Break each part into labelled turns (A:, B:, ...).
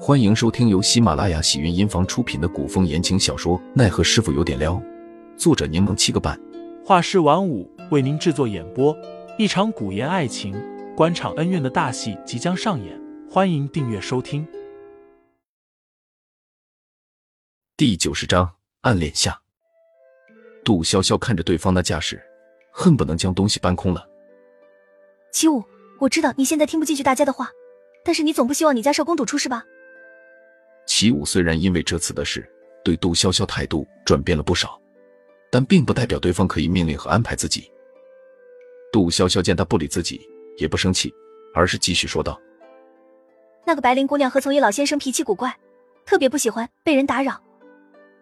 A: 欢迎收听由喜马拉雅喜云音房出品的古风言情小说《奈何师傅有点撩》，作者柠檬七个半，
B: 画师晚舞为您制作演播。一场古言爱情、官场恩怨的大戏即将上演，欢迎订阅收听。
A: 第九十章暗恋下。杜潇潇看着对方那架势，恨不能将东西搬空了。
C: 七五，我知道你现在听不进去大家的话，但是你总不希望你家少公主出事吧？
A: 齐武虽然因为这次的事对杜潇潇态度转变了不少，但并不代表对方可以命令和安排自己。杜潇潇见他不理自己，也不生气，而是继续说道
C: 那个白灵姑娘和从野老先生脾气古怪，特别不喜欢被人打扰。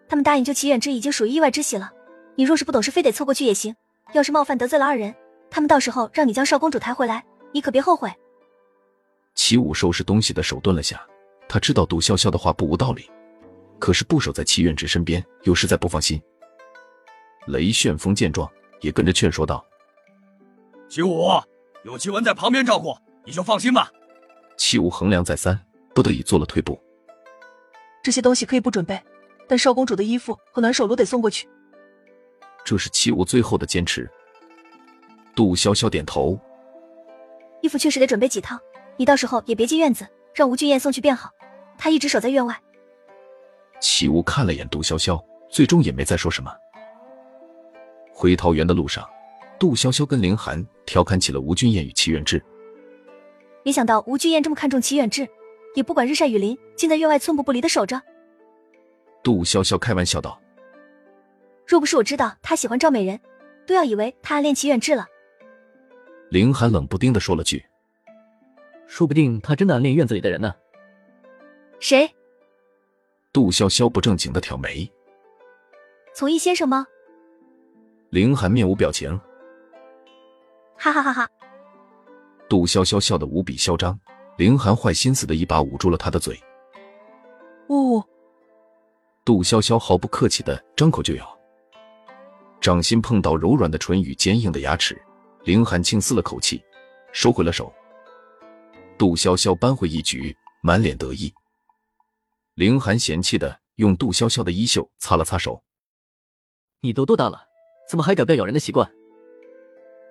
C: 他们答应救齐远之已经属于意外之喜了，你若是不懂事，非得凑过去也行。要是冒犯得罪了二人，他们到时候让你将少公主抬回来，你可别后悔。：“
A: 齐武收拾东西的手顿了下，他知道杜潇潇的话不无道理，可是不守在齐远之身边，又实在不放心。”雷旋风见状，也跟着劝说道。
D: 齐武，有齐文在旁边照顾，你就放心吧。
A: 齐武衡量再三，不得已做了退步。
E: 这些东西可以不准备，但少公主的衣服和暖手炉得送过去。
A: 这是齐武最后的坚持。杜潇潇点头，
C: 衣服确实得准备几套，你到时候也别进院子，让吴俊彦送去便好。他一直守在院外。
A: 齐武看了眼杜潇潇，最终也没再说什么。回桃园的路上，杜潇潇跟凌寒调侃起了吴俊彦与齐远志。
C: 没想到吴俊彦这么看重齐远志，也不管日晒雨淋，竟在院外寸步不离的守着。
A: 杜潇潇开玩笑道
C: 若不是我知道他喜欢赵美人，都要以为他暗恋齐远志了。：“
A: 凌寒冷不丁的说了句，
F: 说不定他真的暗恋院子里的人呢。
C: 谁？
A: 杜潇潇不正经的挑眉。
C: 从一先生吗？”
A: 凌寒面无表情，
C: 哈哈哈哈！
A: 杜潇潇笑得无比嚣张。凌寒坏心思的一把捂住了他的嘴，
E: 呜、呜，
A: 杜潇潇毫不客气的张口就咬，掌心碰到柔软的唇与坚硬的牙齿，凌寒轻嘶了口气，收回了手。杜潇潇扳回一局，满脸得意。凌寒嫌弃的用杜潇潇的衣袖擦了擦手，
F: 你都多大了，怎么还改不掉咬人的习惯？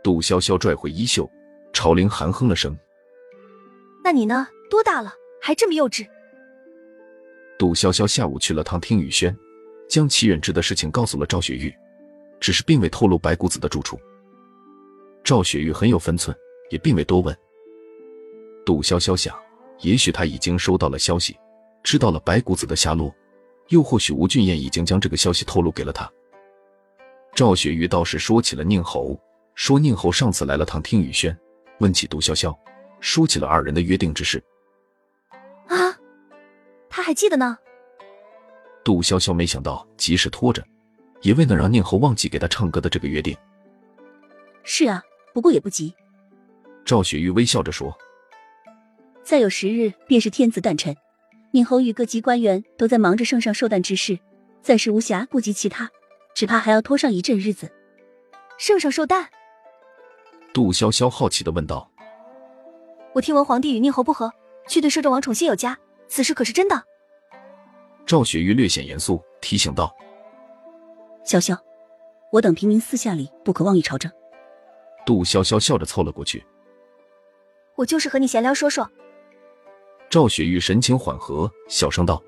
A: 杜潇潇拽回衣袖，朝凌寒哼了声。
C: 那你呢？多大了还这么幼稚？
A: 杜潇潇下午去了趟听雨轩，将齐远之的事情告诉了赵雪玉，只是并未透露白骨子的住处。赵雪玉很有分寸，也并未多问。杜潇潇想，也许他已经收到了消息，知道了白骨子的下落，又或许吴俊彦已经将这个消息透露给了他。赵雪玉倒是说起了宁侯，说宁侯上次来了趟听雨轩，问起杜潇潇，说起了二人的约定之事。
C: 啊，他还记得呢。
A: 杜潇潇没想到，即使拖着，也未能让宁侯忘记给他唱歌的这个约定。
G: 是啊，不过也不急，
A: 赵雪玉微笑着说
G: 再有十日便是天子诞辰，宁侯与各级官员都在忙着圣上寿诞之事，暂时无暇顾及其他，只怕还要拖上一阵日子。
C: 圣上寿诞，：“
A: 杜潇潇好奇的问道。
C: 我听闻皇帝与宁侯不和，却对摄政王宠信有加，此事可是真的？”
A: 赵雪玉略显严肃，提醒道
G: 潇潇，我等平民私下里不可妄议朝政。：“
A: 杜潇潇笑着凑了过去。
C: 我就是和你闲聊说说。”
A: 赵雪玉神情缓和，小声道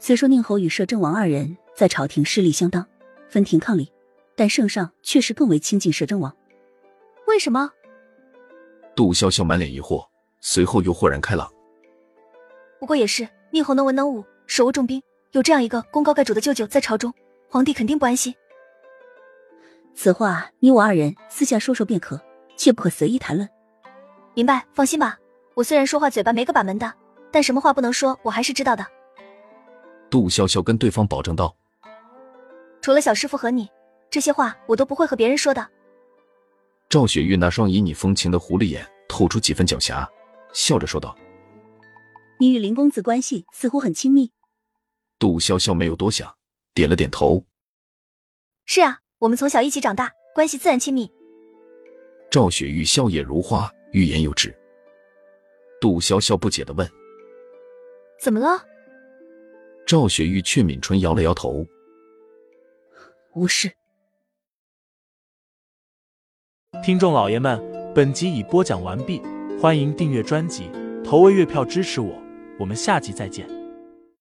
G: 虽说宁侯与摄政王二人在朝廷势力相当，分庭抗礼，但圣上却是更为亲近摄政王。
C: 为什么？：“
A: 杜潇潇满脸疑惑，随后又豁然开朗。
C: 不过也是，宁侯能文能武，手握重兵，有这样一个功高盖主的舅舅在朝中，皇帝肯定不安心。
G: 此话你我二人私下说说便可，切不可随意谈论。
C: 明白，放心吧。我虽然说话嘴巴没个把门的，但什么话不能说，我还是知道的。”
A: 杜潇潇跟对方保证道
C: 除了小师傅和你，这些话我都不会和别人说的。：“
A: 赵雪玉那双旖旎风情的狐狸眼透出几分狡黠，笑着说道
G: 你与林公子关系似乎很亲密，：‘
A: 杜潇潇没有多想，点了点头。’
C: 是啊，我们从小一起长大，关系自然亲密。
A: 赵雪玉笑靥如花，欲言又止。杜潇潇不解的问
C: 怎么了？
A: 赵雪玉却抿唇摇了摇头。
G: 无事。
B: 听众老爷们，本集已播讲完毕，欢迎订阅专辑，投喂月票支持我，我们下集再见。